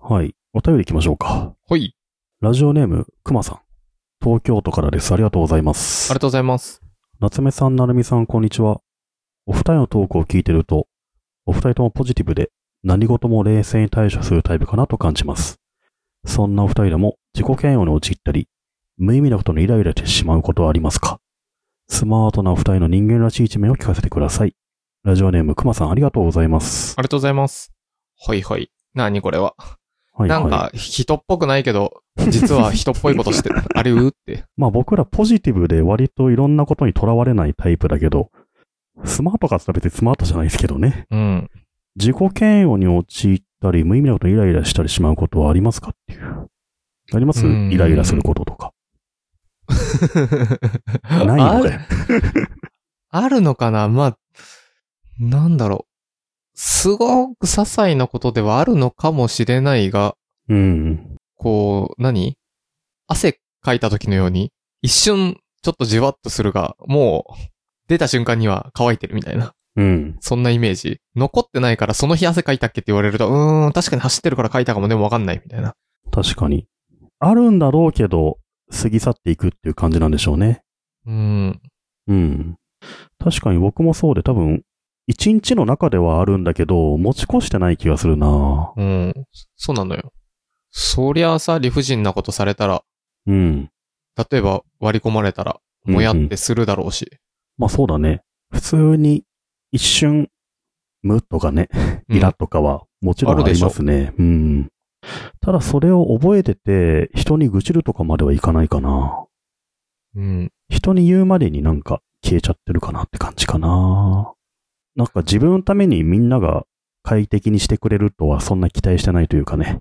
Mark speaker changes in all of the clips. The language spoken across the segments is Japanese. Speaker 1: はい。お便り行きましょうか。
Speaker 2: ほい。
Speaker 1: ラジオネーム、くまさん。東京都からです。ありがとうございます。
Speaker 2: ありがとうございます。
Speaker 1: 夏目さん、なるみさん、こんにちは。お二人のトークを聞いてると、お二人ともポジティブで、何事も冷静に対処するタイプかなと感じます。そんなお二人でも、自己嫌悪に陥ったり、無意味なことにイライラしてしまうことはありますかスマートなお二人の人間らしい一面を聞かせてください。ラジオネーム、くまさん、ありがとうございます。
Speaker 2: ありがとうございます。ほいほい。なにこれは。
Speaker 1: はい、
Speaker 2: なん
Speaker 1: はい
Speaker 2: か、人っぽくないけど、実は人っぽいことして、 あれうって。
Speaker 1: まあ僕らポジティブで割といろんなことにとらわれないタイプだけど、スマートかって言ったら別にスマートじゃないですけどね。
Speaker 2: うん。
Speaker 1: 自己嫌悪に陥ったり、無意味なことにイライラしたりしまうことはありますかっていう。あります
Speaker 2: うん
Speaker 1: イライラすることと か。ない
Speaker 2: あ
Speaker 1: のか
Speaker 2: る
Speaker 1: よ。
Speaker 2: あるのかなまあ、なんだろう。すごく些細なことではあるのかもしれないが、
Speaker 1: うん。
Speaker 2: こう、何汗かいた時のように、一瞬、ちょっとじわっとするが、もう、出た瞬間には乾いてるみたいな。
Speaker 1: うん。
Speaker 2: そんなイメージ。残ってないから、その日汗かいたっけって言われると、うーん、確かに走ってるからかいたかも、でもわかんないみたいな。
Speaker 1: 確かに。あるんだろうけど、過ぎ去っていくっていう感じなんでしょうね。
Speaker 2: うーん。
Speaker 1: うん。確かに僕もそうで多分、一日の中ではあるんだけど、持ち越してない気がするな
Speaker 2: うん。そうなのよ。そりゃさ、理不尽なことされたら、
Speaker 1: うん。
Speaker 2: 例えば割り込まれたら、もやってするだろうし。
Speaker 1: まあそうだね。普通に一瞬、無とかね、
Speaker 2: うん
Speaker 1: イラとかはもちろん
Speaker 2: あ
Speaker 1: あ
Speaker 2: るで
Speaker 1: り
Speaker 2: しょ
Speaker 1: ますね。うん。ただそれを覚えてて、人に愚痴るとかまではいかないかな。
Speaker 2: うん。
Speaker 1: 人に言うまでになんか消えちゃってるかなって感じかな。なんか自分のためにみんなが快適にしてくれるとはそんな期待してないというかね。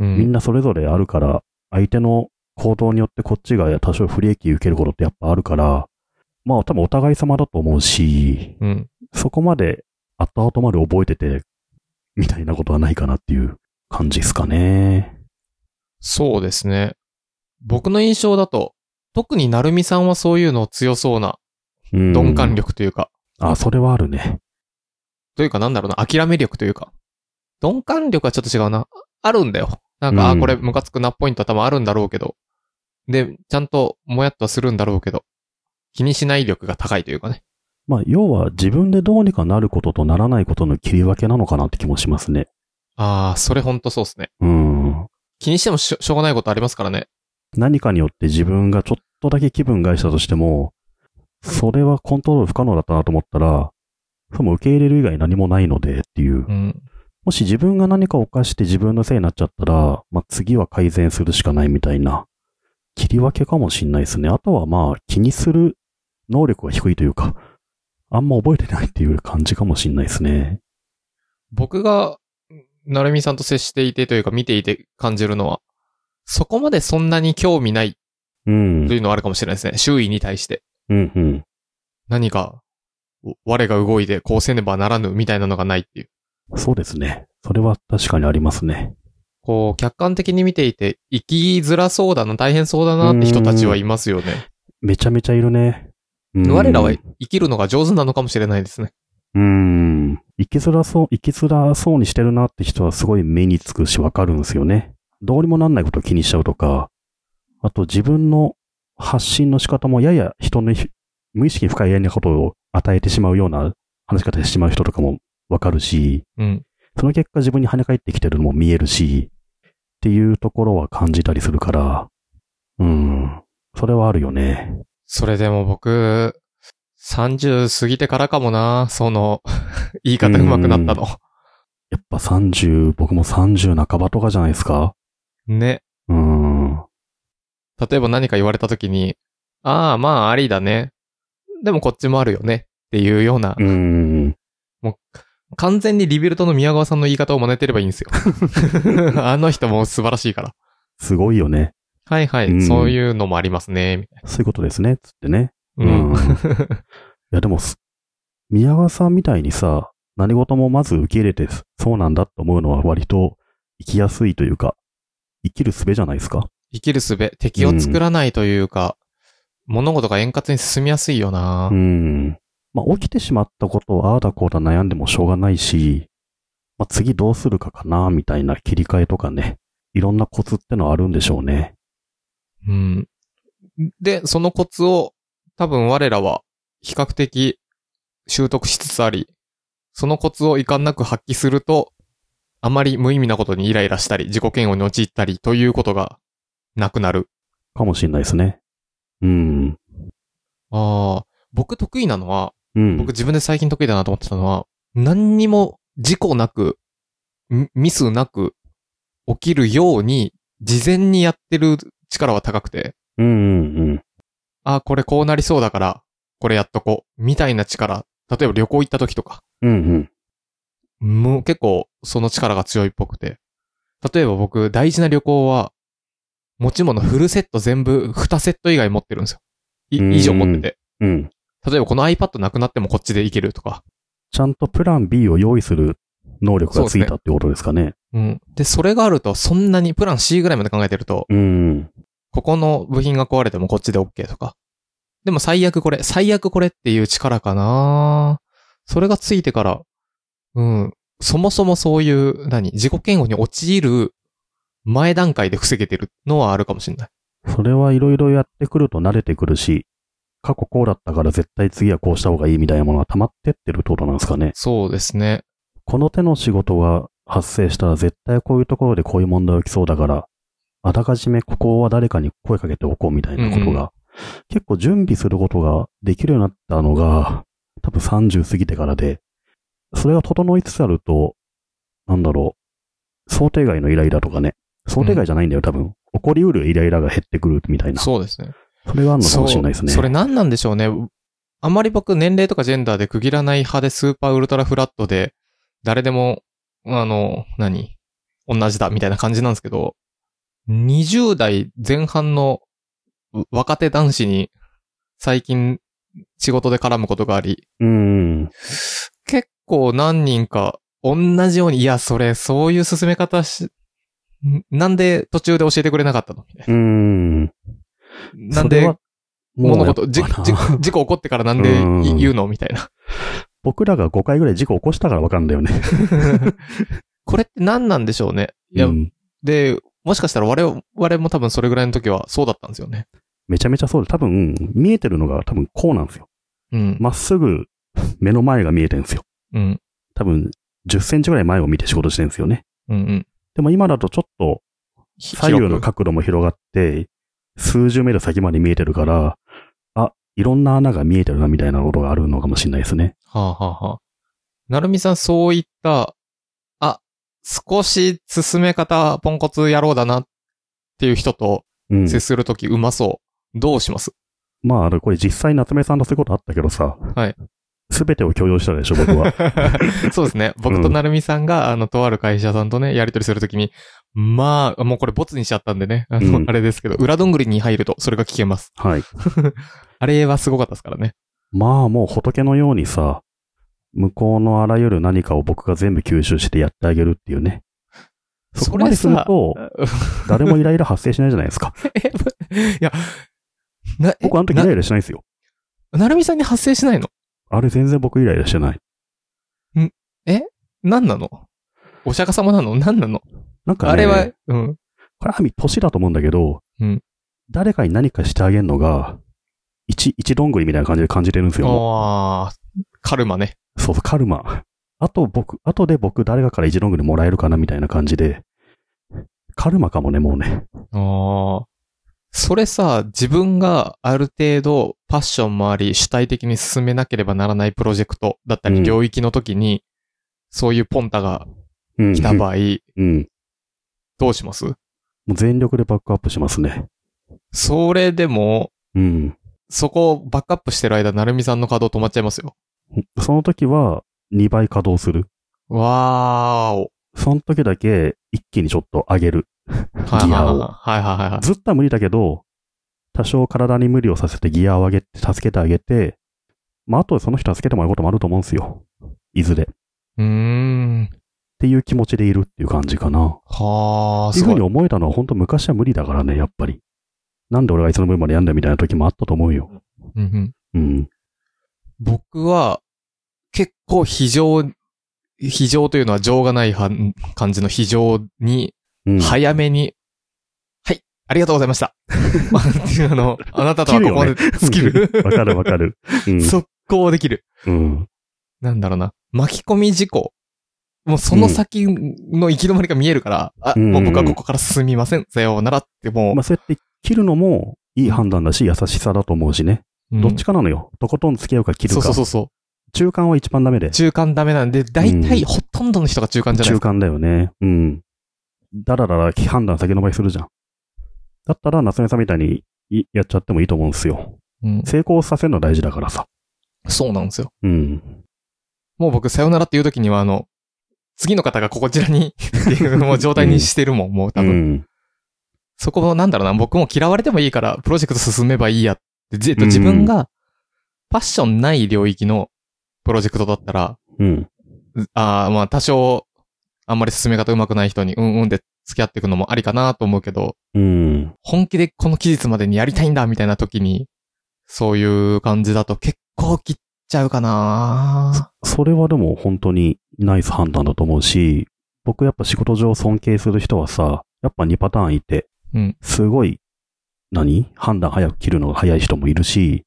Speaker 2: う
Speaker 1: みん
Speaker 2: ん。
Speaker 1: なそれぞれあるから、相手の行動によってこっちが多少不利益受けることってやっぱあるから、まあ多分お互い様だと思うし、
Speaker 2: うん。
Speaker 1: そこまで後々まで覚えてて、みたいなことはないかなっていう感じですかね。
Speaker 2: そうですね。僕の印象だと、特になるみさんはそういうの強そうな
Speaker 1: うん
Speaker 2: 鈍感。力というか、
Speaker 1: あ、それはあるね。
Speaker 2: というかなんだろうな、諦め力というか。鈍感力はちょっと違うな。あるんだよ。なんか、
Speaker 1: うん
Speaker 2: あ、これムカつくなポイントは多分あるんだろうけど。で、ちゃんともやっとはするんだろうけど、気にしない力が高いというかね。
Speaker 1: まあ、要は自分でどうにかなることとならないことの切り分けなのかなって気もしますね。
Speaker 2: ああ、それほんとそうですね。
Speaker 1: うん。
Speaker 2: 気にしてもしょしょうがないことありますからね。
Speaker 1: 何かによって自分がちょっとだけ気分害したとしても、それはコントロール不可能だったなと思ったら、それも受け入れる以外何もないのでっていう
Speaker 2: う。ん。
Speaker 1: もし自分が何かを犯して自分のせいになっちゃったら、まあ、次は改善するしかないみたいな、切り分けかもしんないですね。あとはまあ、気にする能力が低いというか、あんま覚えてないっていう感じかもしんないですね。
Speaker 2: 僕が、なるみさんと接していてというか見ていて感じるのは、そこまでそんなに興味ない
Speaker 1: うん。
Speaker 2: というのはあるかもしれないですね。周囲に対して。
Speaker 1: うんうん。
Speaker 2: 何か、お我が動いてこうせねばならぬみたいなのがないっていう。
Speaker 1: そうですね。それは確かにありますね。
Speaker 2: こう、客観的に見ていて、生きづらそうだな、大変そうだなって人たちはいますよね。
Speaker 1: めちゃめちゃいるね。うん
Speaker 2: 我らは生きるのが上手なのかもしれないですね。
Speaker 1: うん。生きづらそう、生きづらそうにしてるなって人はすごい目につくしわかるんですよね。どうにもなんないことを気にしちゃうとか、あと自分の発信の仕方もやや人の無意識に深いやりなことを与えてしまうような話し方してしまう人とかもわかるし、
Speaker 2: うん。
Speaker 1: その結果自分に跳ね返ってきてるのも見えるし、っていうところは感じたりするから、うん。それはあるよね。
Speaker 2: それでも僕、30過ぎてからかもな、その、言い方上手くなったの。
Speaker 1: やっぱ30、僕も30半ばとかじゃないですか。
Speaker 2: ね。
Speaker 1: うん。
Speaker 2: 例えば何か言われた時に、ああ、まあ、ありだね。でもこっちもあるよね。っていうような、
Speaker 1: うん。
Speaker 2: 完全にリビルトの宮川さんの言い方を真似てればいいん ですよ。あの人も素晴らしいから。
Speaker 1: すごいよね。
Speaker 2: はいはい、
Speaker 1: うん
Speaker 2: そういうのもありますね、みたい
Speaker 1: そういうことですね。つってね。
Speaker 2: な。うん
Speaker 1: い。や、でもす、宮川さんみたいにさ、何事もまず受け入れて、そうなんだと思うのは割と生きやすいというか、生きる術じゃないですか。
Speaker 2: 生きる術、敵を作らないというか、物事が円滑に進みやすいよな、
Speaker 1: うん。まあ、起きてしまったことをああだこうだ悩んでもしょうがないし、まあ、次どうするかかな、みたいな切り替えとかね、いろんなコツってのはあるんでしょうね。
Speaker 2: うん。で、そのコツを多分我らは比較的習得しつつあり、そのコツを遺憾なく発揮すると、あまり無意味なことにイライラしたり、自己嫌悪に陥ったりということがなくなる。
Speaker 1: かもしれないですね。うん。
Speaker 2: ああ、僕得意なのは、
Speaker 1: うん。
Speaker 2: 僕自分で最近得意だなと思ってたのは、何にも事故なく、ミミスなく起きるように、事前にやってる力は高くて、
Speaker 1: うんうんうん。
Speaker 2: あ、これこうなりそうだから、これやっとこう、みたいな力。例えば旅行行った時とか、
Speaker 1: うんうん。
Speaker 2: もう結構その力が強いっぽくて。例えば僕、大事な旅行は、持ち物フルセット全部2セット以外持ってるんですよ。い
Speaker 1: うん
Speaker 2: 以上持ってて。
Speaker 1: うん。
Speaker 2: 例えばこの iPad なくなってもこっちでいけるとか。
Speaker 1: ちゃんとプラン B を用意する能力がついたってことですかね。
Speaker 2: うん。で、それがあると、そんなにプラン C ぐらいまで考えてると、
Speaker 1: うん。
Speaker 2: ここの部品が壊れてもこっちで OK とか。でも最悪これ、最悪これっていう力かなそれがついてから、うん、そもそもそういう、何、自己嫌悪に陥る前段階で防げてるのはあるかもしれない。
Speaker 1: それはいろいろやってくると慣れてくるし、過去こうだったから絶対次はこうした方がいいみたいなものが溜まってってるってことなんですかね。
Speaker 2: そうですね。
Speaker 1: この手の仕事が発生したら絶対こういうところでこういう問題起きそうだから、あらかじめここは誰かに声かけておこうみたいなことが、
Speaker 2: うんう
Speaker 1: 結構準備することができるようになったのが、多分30過ぎてからで、それが整いつつあると、なんだろう、想定外のイライラとかね、想定外じゃないんだよ、多分。起こりうるイライラが減ってくるみたいな。そ
Speaker 2: そうですね。
Speaker 1: れがあるのか
Speaker 2: そ
Speaker 1: も
Speaker 2: う
Speaker 1: しれないですね。
Speaker 2: それ何なんでしょうね。あまり僕年齢とかジェンダーで区切らない派でスーパーウルトラフラットで、誰でも、あの、何同じだみたいな感じなんですけど、20代前半のう若手男子に最近仕事で絡むことがあり、
Speaker 1: うん。
Speaker 2: 結構何人か同じように、いや、それ、そういう進め方し、んなんで途中で教えてくれなかったのみたい
Speaker 1: うん。
Speaker 2: ななんで、物事、じ
Speaker 1: 事
Speaker 2: じ事故起こってからなんで
Speaker 1: うん
Speaker 2: い言うのみたい な。
Speaker 1: 僕らが5回ぐらい事故起こしたからわかるんだよね。
Speaker 2: これって何なんでしょうね。いや、
Speaker 1: うん
Speaker 2: で、もしかしたら我々我々も多分それぐらいの時はそうだったんですよね。
Speaker 1: めちゃめちゃそうで、多分、見えてるのが多分こうなんですよ。
Speaker 2: うん。
Speaker 1: まっすぐ、 目の前が見えてるんですよ。
Speaker 2: うん。
Speaker 1: 多分、10センチぐらい前を見て仕事してるんですよね。
Speaker 2: うんうん。
Speaker 1: でも今だとちょっと、
Speaker 2: ひ
Speaker 1: 左右
Speaker 2: 広
Speaker 1: の
Speaker 2: く
Speaker 1: 角度も広がって、数十メートル先まで見えてるから、あ、いろんな穴が見えてるな、みたいなことがあるのかもしれないですね。
Speaker 2: はあ、はあはあ、なるみさん、そういった、あ、少し進め方、ポンコツ野郎だなっていう人と
Speaker 1: うん。
Speaker 2: 接するときうまそう。どうします
Speaker 1: まあ、あの、これ実際夏目さんとそういうことあったけどさ。
Speaker 2: はい。
Speaker 1: すべてを強要したでしょ、僕 は。
Speaker 2: そうですね。僕となるみさんが、あの、とある会社さんとね、やり取りするときに、まあ、もうこれボツにしちゃったんでね。あの、
Speaker 1: うん
Speaker 2: あれですけど、裏どんぐりに入ると、それが聞けます。
Speaker 1: はい。
Speaker 2: あれはすごかったですからね。
Speaker 1: まあもう仏のようにさ、向こうのあらゆる何かを僕が全部吸収してやってあげるっていうね。そこまですると、 誰もイライラ発生しないじゃないです か。
Speaker 2: え、ぶいや、な、え
Speaker 1: 僕あの時イライラしないんですよ。
Speaker 2: な、なるみさんに発生しないの
Speaker 1: あれ全然僕イライラしてない。
Speaker 2: 何なのお釈迦様なの何なの
Speaker 1: なんかね、
Speaker 2: あれは、うん。
Speaker 1: これは年だと思うんだけど、
Speaker 2: うん
Speaker 1: 誰かに何かしてあげるのが、一、一どんぐりみたいな感じで感じてるんですよ。も
Speaker 2: ああ、カルマね。
Speaker 1: うそうそう、カルマ。あと僕、あとで僕誰かから一どんぐりもらえるかなみたいな感じで、カルマかもね、もうね。
Speaker 2: ああ。それさ、自分がある程度パッションもあり主体的に進めなければならないプロジェクトだった
Speaker 1: う
Speaker 2: り
Speaker 1: ん
Speaker 2: 領域の時に、そういうポンタが
Speaker 1: うん。
Speaker 2: 来た場合、
Speaker 1: うん。
Speaker 2: どうします
Speaker 1: もう全力でバックアップしますね。
Speaker 2: それでも、
Speaker 1: うん。
Speaker 2: そこをバックアップしてる間、なるみさんの稼働止まっちゃいますよ。
Speaker 1: その時は2倍稼働する。
Speaker 2: わーお。
Speaker 1: その時だけ一気にちょっと上げる。
Speaker 2: はい
Speaker 1: ギ
Speaker 2: はい
Speaker 1: ア
Speaker 2: はい
Speaker 1: を
Speaker 2: はいはいはいはい。
Speaker 1: ずっとは無理だけど、多少体に無理をさせてギアを上げて、助けてあげて、まあ、あとその人助けてもらうこともあると思うんですよ。いずれ。っ
Speaker 2: うーん。
Speaker 1: ていう気持ちでいるっていう感じかな。
Speaker 2: はあ、
Speaker 1: ってい
Speaker 2: す
Speaker 1: うふうに
Speaker 2: ごい。
Speaker 1: 思えたのは本当昔は無理だからね、やっぱり。なんで俺がいつの分までやんだよみたいな時もあったと思うよ。
Speaker 2: うん
Speaker 1: う
Speaker 2: うん
Speaker 1: ん。
Speaker 2: 僕は、結構非常非常というのは情がないはん感じの非常に、
Speaker 1: うん。い。
Speaker 2: 早めに、はい、ありがとうございました。 まあっていうあの、あなたとはここまで尽きる。
Speaker 1: わかるわかる。うん。
Speaker 2: 速攻できる。
Speaker 1: うん。
Speaker 2: なんだろうな。巻き込み事故。もうその先の行き止まりが見えるから、あ、
Speaker 1: うん
Speaker 2: もう僕はここから進みません。さようならってもう、
Speaker 1: まあ、そうやって切るのもいい判断だし、優しさだと思うしね。
Speaker 2: うん
Speaker 1: どっちかなのよ。とことん付き合うか切る
Speaker 2: そ
Speaker 1: か。
Speaker 2: うそうそうそ
Speaker 1: 中間は一番ダメで
Speaker 2: う。。中間ダメなんで、大体
Speaker 1: うん
Speaker 2: ほとんどの人が中間じゃないで
Speaker 1: 中
Speaker 2: すか。
Speaker 1: 間だよね。うん。だらだら判断先延ばしするじゃん。だったら、夏目さんみたいにいやっちゃってもいいと思うんですよ。
Speaker 2: うん
Speaker 1: 成功させるのは大事だからさ。
Speaker 2: そうなんですよ。
Speaker 1: うん。
Speaker 2: もう僕、さよならっていう時には、あの、次の方がこちら にっていう、もう状態にしてるもん、もう多分。
Speaker 1: うん。
Speaker 2: そこもなんだろうな、僕も嫌われてもいいから、プロジェクト進めばいいやって、じえっと自分が、パッションない領域のプロジェクトだったら、
Speaker 1: うん。
Speaker 2: ああ、まあ多少、あんまり進め方上手くない人に、うんうんで付き合っていくのもありかなと思うけど、
Speaker 1: うん。
Speaker 2: 本気でこの期日までにやりたいんだみたいな時に、そういう感じだと結構切っちゃうかな
Speaker 1: それはでも本当にナイス判断だと思うし、僕やっぱ仕事上尊敬する人はさ、やっぱ2パターンいて、
Speaker 2: うん
Speaker 1: すごい、何判断早く切るのが早い人もいるし、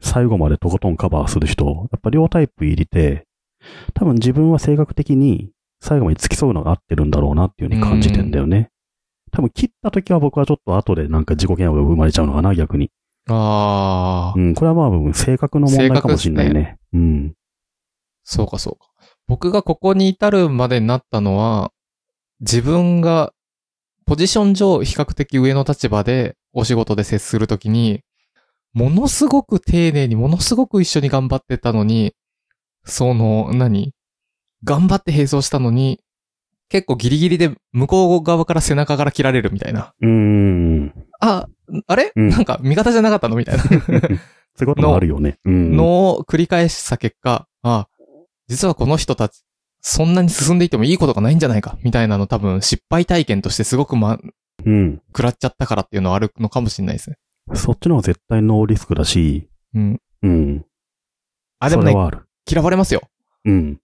Speaker 1: 最後までとことんカバーする人、やっぱ両タイプ入りて、多分自分は性格的に最後まで付き添うのが合ってるんだろうなっていうふうに感じてんだよね。多分切った時は僕はちょっと後でなんか自己嫌悪が生まれちゃうのかな、逆に。
Speaker 2: ああ、
Speaker 1: うん、これはまあ、性格の問題かもしれないね。うん。
Speaker 2: そうかそうか。僕がここに至るまでになったのは、自分がポジション上比較的上の立場でお仕事で接するときに、ものすごく丁寧に、ものすごく一緒に頑張ってたのに、その、何頑張って並走したのに、結構ギリギリで向こう側から背中から切られるみたいな。
Speaker 1: うーん。
Speaker 2: あ、あれ、
Speaker 1: うん
Speaker 2: なんか味方じゃなかったのみたい な。
Speaker 1: そういうこともあるよね。うん。
Speaker 2: のを繰り返した結果、あ、実はこの人たち、そんなに進んでいってもいいことがないんじゃないか、みたいなの多分失敗体験としてすごくま、
Speaker 1: うん。
Speaker 2: 食らっちゃったからっていうのはあるのかもしれないですね。
Speaker 1: そっちの方が絶対ノーリスクだし、
Speaker 2: うん。
Speaker 1: うん。
Speaker 2: あ、でも
Speaker 1: そ
Speaker 2: ね
Speaker 1: れ、はある。
Speaker 2: 嫌われますよ。
Speaker 1: うん。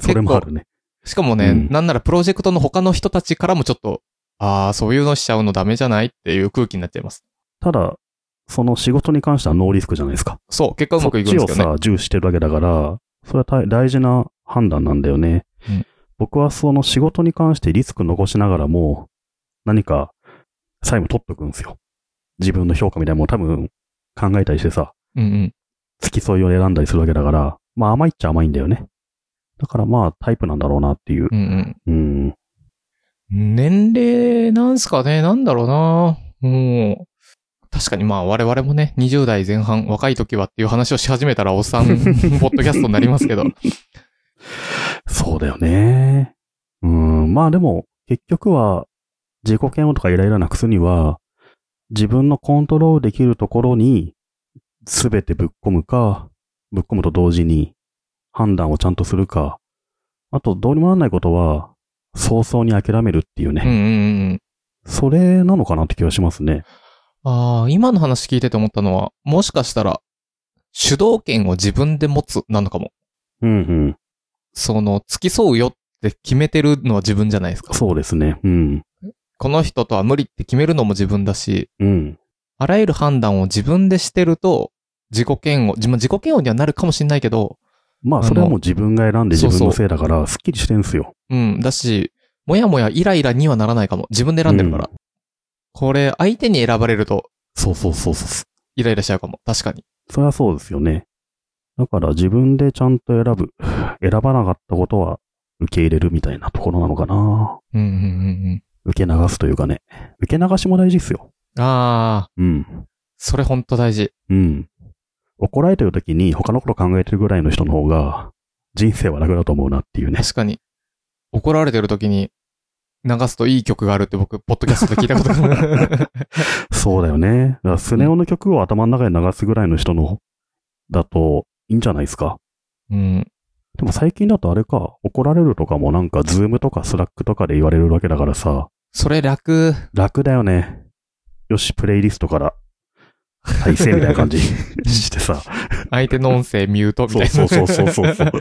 Speaker 1: それもあるね。
Speaker 2: しかもね、
Speaker 1: うん
Speaker 2: なんならプロジェクトの他の人たちからもちょっと、ああ、そういうのしちゃうのダメじゃないっていう空気になっちゃいます。
Speaker 1: ただ、その仕事に関してはノーリスクじゃないですか。
Speaker 2: そう、結果うまくいくんです
Speaker 1: そっ
Speaker 2: け
Speaker 1: ち
Speaker 2: どね。
Speaker 1: をさ、重視してるわけだから、それは大大事な判断なんだよね。
Speaker 2: うん
Speaker 1: 僕はその仕事に関してリスク残しながらも、何か、最後取っとくんですよ。自分の評価みたいなもん多分考えたりしてさ、
Speaker 2: うんうん。
Speaker 1: 付き添いを選んだりするわけだから、まあ甘いっちゃ甘いんだよね。だからまあタイプなんだろうなっていう
Speaker 2: う。んうん。
Speaker 1: うん。
Speaker 2: 年齢なんすかねなんだろうなもう、確かにまあ我々もね、20代前半、若い時はっていう話をし始めたらお っさん、ポッドキャストになりますけど。
Speaker 1: そうだよね。うん。まあでも、結局は、自己嫌悪とかイライラなくすには、自分のコントロールできるところに、すべてぶっ込むか、ぶっ込むと同時に、判断をちゃんとするか、あと、どうにもならないことは、早々に諦めるっていうね。
Speaker 2: うんうんうん。
Speaker 1: それなのかなって気がしますね。
Speaker 2: ああ、今の話聞いてて思ったのは、もしかしたら、主導権を自分で持つなのかも。
Speaker 1: うんうん。
Speaker 2: その、付き添うよって決めてるのは自分じゃないですか。
Speaker 1: そうですね。うん。
Speaker 2: この人とは無理って決めるのも自分だし、
Speaker 1: うん。
Speaker 2: あらゆる判断を自分でしてると、自己嫌悪、自分自己嫌悪にはなるかもしれないけど、
Speaker 1: まあ、それはもう自分が選んで
Speaker 2: あの
Speaker 1: 自分
Speaker 2: そうそう
Speaker 1: のせいだから、すっきりしてんすよ。
Speaker 2: うん。だし、もやもやイライラにはならないかも。自分で選んでるから。これ、相手に選ばれると、
Speaker 1: そうそうそうそう。
Speaker 2: イライラしちゃうかも。確かに。
Speaker 1: それはそうですよね。だから自分でちゃんと選ぶ。選ばなかったことは受け入れるみたいなところなのかな。
Speaker 2: うん、うん、うん、
Speaker 1: 受け流すというかね。受け流しも大事ですよ。
Speaker 2: うん。あー、
Speaker 1: うん。
Speaker 2: それほんと大事。
Speaker 1: うん。怒られてる時に他のこと考えてるぐらいの人の方が人生は楽だと思うなっていう ね。
Speaker 2: 確かに。怒られてる時に、流すといい曲があるって僕、ポッドキャストで聞いたことが
Speaker 1: そうだよね。だからスネ夫の曲を頭の中で流すぐらいの人のだといいんじゃないですか。
Speaker 2: うん。
Speaker 1: でも最近だとあれか、怒られるとかもなんかズームとかスラックとかで言われるわけだからさ、
Speaker 2: それ楽。
Speaker 1: 楽だよね。よし、プレイリストから、再生みたいな感 じしてさ。
Speaker 2: 相手の音声ミュートみたい
Speaker 1: そう
Speaker 2: な。
Speaker 1: そうそうそうそう。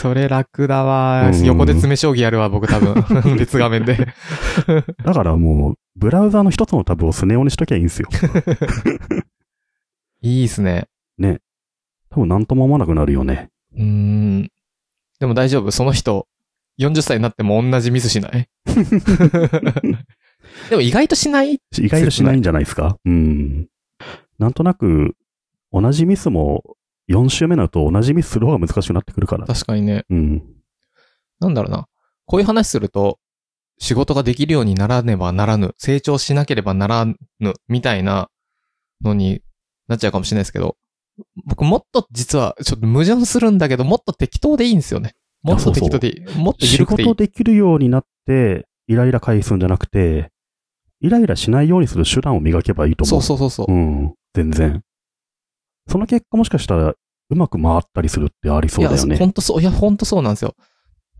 Speaker 2: それ楽だわ
Speaker 1: う。ん
Speaker 2: 横で詰め将棋やるわ、僕 多分。別画面で。
Speaker 1: だからもう、ブラウザーの一つのタブをスネオにしときゃいいんですよ。
Speaker 2: いいっすね。
Speaker 1: 多分なんとも思わなくなるよね。
Speaker 2: うーん。でも大丈夫。その人、40歳になっても同じミスしない でも意外としない
Speaker 1: 意外としないんじゃないですかうん。なんとなく、同じミスも、4周目になると同じミスする方が難しくなってくるから。
Speaker 2: 確かにね。
Speaker 1: うん。
Speaker 2: なんだろうな。こういう話すると、仕事ができるようにならねばならぬ、成長しなければならぬ、みたいなのになっちゃうかもしれないですけど、僕もっと実は、ちょっと矛盾するんだけど、もっと適当でいいんですよね。もっと適当でいい。もっと
Speaker 1: 仕
Speaker 2: 緩くてい
Speaker 1: 事
Speaker 2: い。
Speaker 1: できるようになって、イライラ回避するんじゃなくて、イライラしないようにする手段を磨けばいいと
Speaker 2: そ
Speaker 1: 思う。
Speaker 2: うそうそうそう。
Speaker 1: うん。全然。その結果もしかしたら、うまく回ったりするってありそうだよ
Speaker 2: いや、
Speaker 1: ね。
Speaker 2: 本当そう、いや、本当そうなんですよ。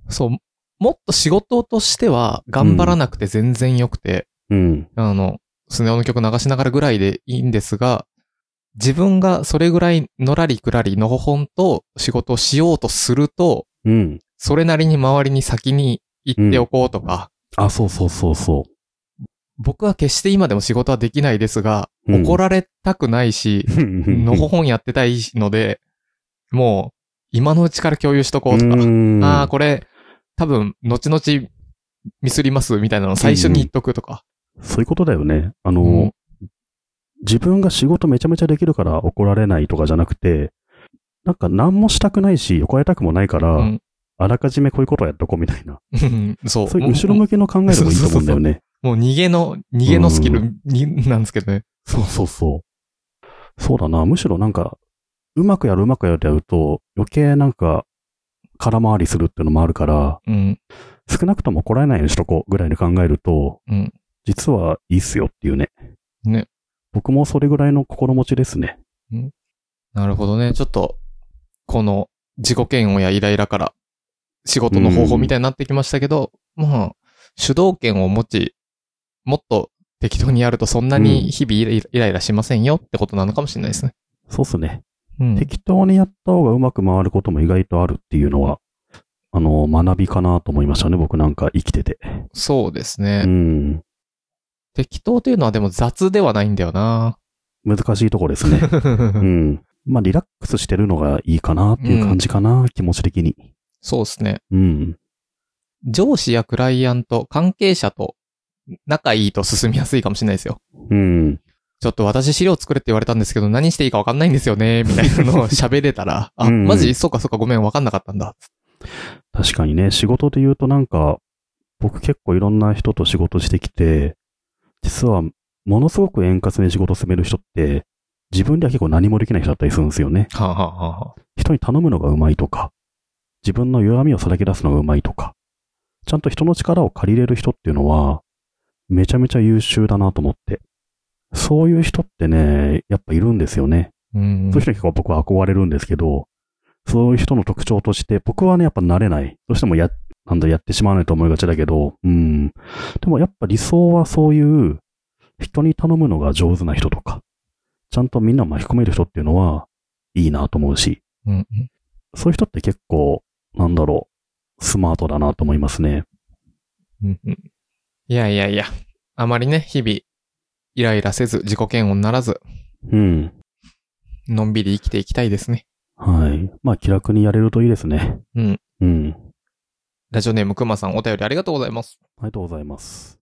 Speaker 2: そう、もっと仕事としては頑張らなくて全然良くて、
Speaker 1: うん。
Speaker 2: あの、スネ夫の曲流しながらぐらいでいいんですが、自分がそれぐらいのらりくらりのほほんと仕事をしようとすると、
Speaker 1: うん。
Speaker 2: それなりに周りに先に行っておこうとか、
Speaker 1: あ、そうそうそうそ
Speaker 2: 僕は決して今でも仕事はできないですが、
Speaker 1: うん
Speaker 2: 怒られたくないし、
Speaker 1: う。
Speaker 2: のほほんやってたいので、もう今のうちから共有しとこうとか、
Speaker 1: うん
Speaker 2: ああ、これ、多分、後々、ミスります、みたいなの最初に言っとくとか。
Speaker 1: そういうことだよね。あの、
Speaker 2: うん
Speaker 1: 自分が仕事めちゃめちゃできるから怒られないとかじゃなくて、なんか何もしたくないし、怒られたくもないから、
Speaker 2: うん
Speaker 1: あらかじめこういうことやっとこうみたいな。
Speaker 2: そう。
Speaker 1: そういう後ろ向きの考えでもいいと思うんだよね。
Speaker 2: もう逃げの、逃げのスキルに、なんですけどね。
Speaker 1: そうそうそう。そうだな。むしろなんか、うまくやるうまくやるってやると、余計なんか、空回りするっていうのもあるから、
Speaker 2: うん。
Speaker 1: 少なくとも怒られないようにしとこうぐらいに考えると、
Speaker 2: うん。
Speaker 1: 実はいいっすよっていうね。
Speaker 2: ね。
Speaker 1: 僕もそれぐらいの心持ちですね。
Speaker 2: なるほどね。ちょっと、この、自己嫌悪やイライラから、仕事の方法みたいになってきましたけど、まあ、主導権を持ち、もっと適当にやるとそんなに日々イライライライラしませんよってことなのかもしれないですね。
Speaker 1: そうっすね。
Speaker 2: うん。
Speaker 1: 適当にやった方がうまく回ることも意外とあるっていうのは、あの、学びかなと思いましたね、僕なんか生きてて。
Speaker 2: そうですね。
Speaker 1: うん。
Speaker 2: 適当というのはでも雑ではないんだよな。
Speaker 1: 難しいとこですね。うん。まあ、リラックスしてるのがいいかなっていう感じかな、気持ち的に。
Speaker 2: そうですね。
Speaker 1: うん。
Speaker 2: 上司やクライアント、関係者と仲いいと進みやすいかもしれないですよ。
Speaker 1: うん。
Speaker 2: ちょっと私資料作れって言われたんですけど、何していいかわかんないんですよね、みたいなのを喋れ たら、あ、
Speaker 1: うんうん
Speaker 2: マジそうかそうかごめん、わかんなかったんだ。
Speaker 1: 確かにね、仕事で言うとなんか、僕結構いろんな人と仕事してきて、実は、ものすごく円滑に仕事を進める人って、自分では結構何もできない人だったりするんですよね。
Speaker 2: はあ、はあはあはあ、
Speaker 1: 人に頼むのがうまいとか、自分の弱みをさらけ出すのがうまいとか、ちゃんと人の力を借りれる人っていうのは、めちゃめちゃ優秀だなと思って。そういう人ってね、やっぱいるんですよね。
Speaker 2: うん
Speaker 1: そういう人に結構僕は憧れるんですけど、そういう人の特徴として、僕はね、やっぱ慣れない。どうしてもや、なんだ、やってしまわないと思いがちだけど、うん。でもやっぱ理想はそういう、人に頼むのが上手な人とか、ちゃんとみんなを巻き込める人っていうのは、いいなと思うし、
Speaker 2: うん
Speaker 1: そういう人って結構、なんだろう、スマートだなと思いますね。
Speaker 2: うんうんいやいやいや、あまりね、日々、イライラせず、自己嫌悪にならず、
Speaker 1: うん。
Speaker 2: のんびり生きていきたいですね。
Speaker 1: はい。まあ、気楽にやれるといいですね。
Speaker 2: うん。
Speaker 1: うん。
Speaker 2: ラジオネームくまさん、お便りありがとうございます。
Speaker 1: ありがとうございます。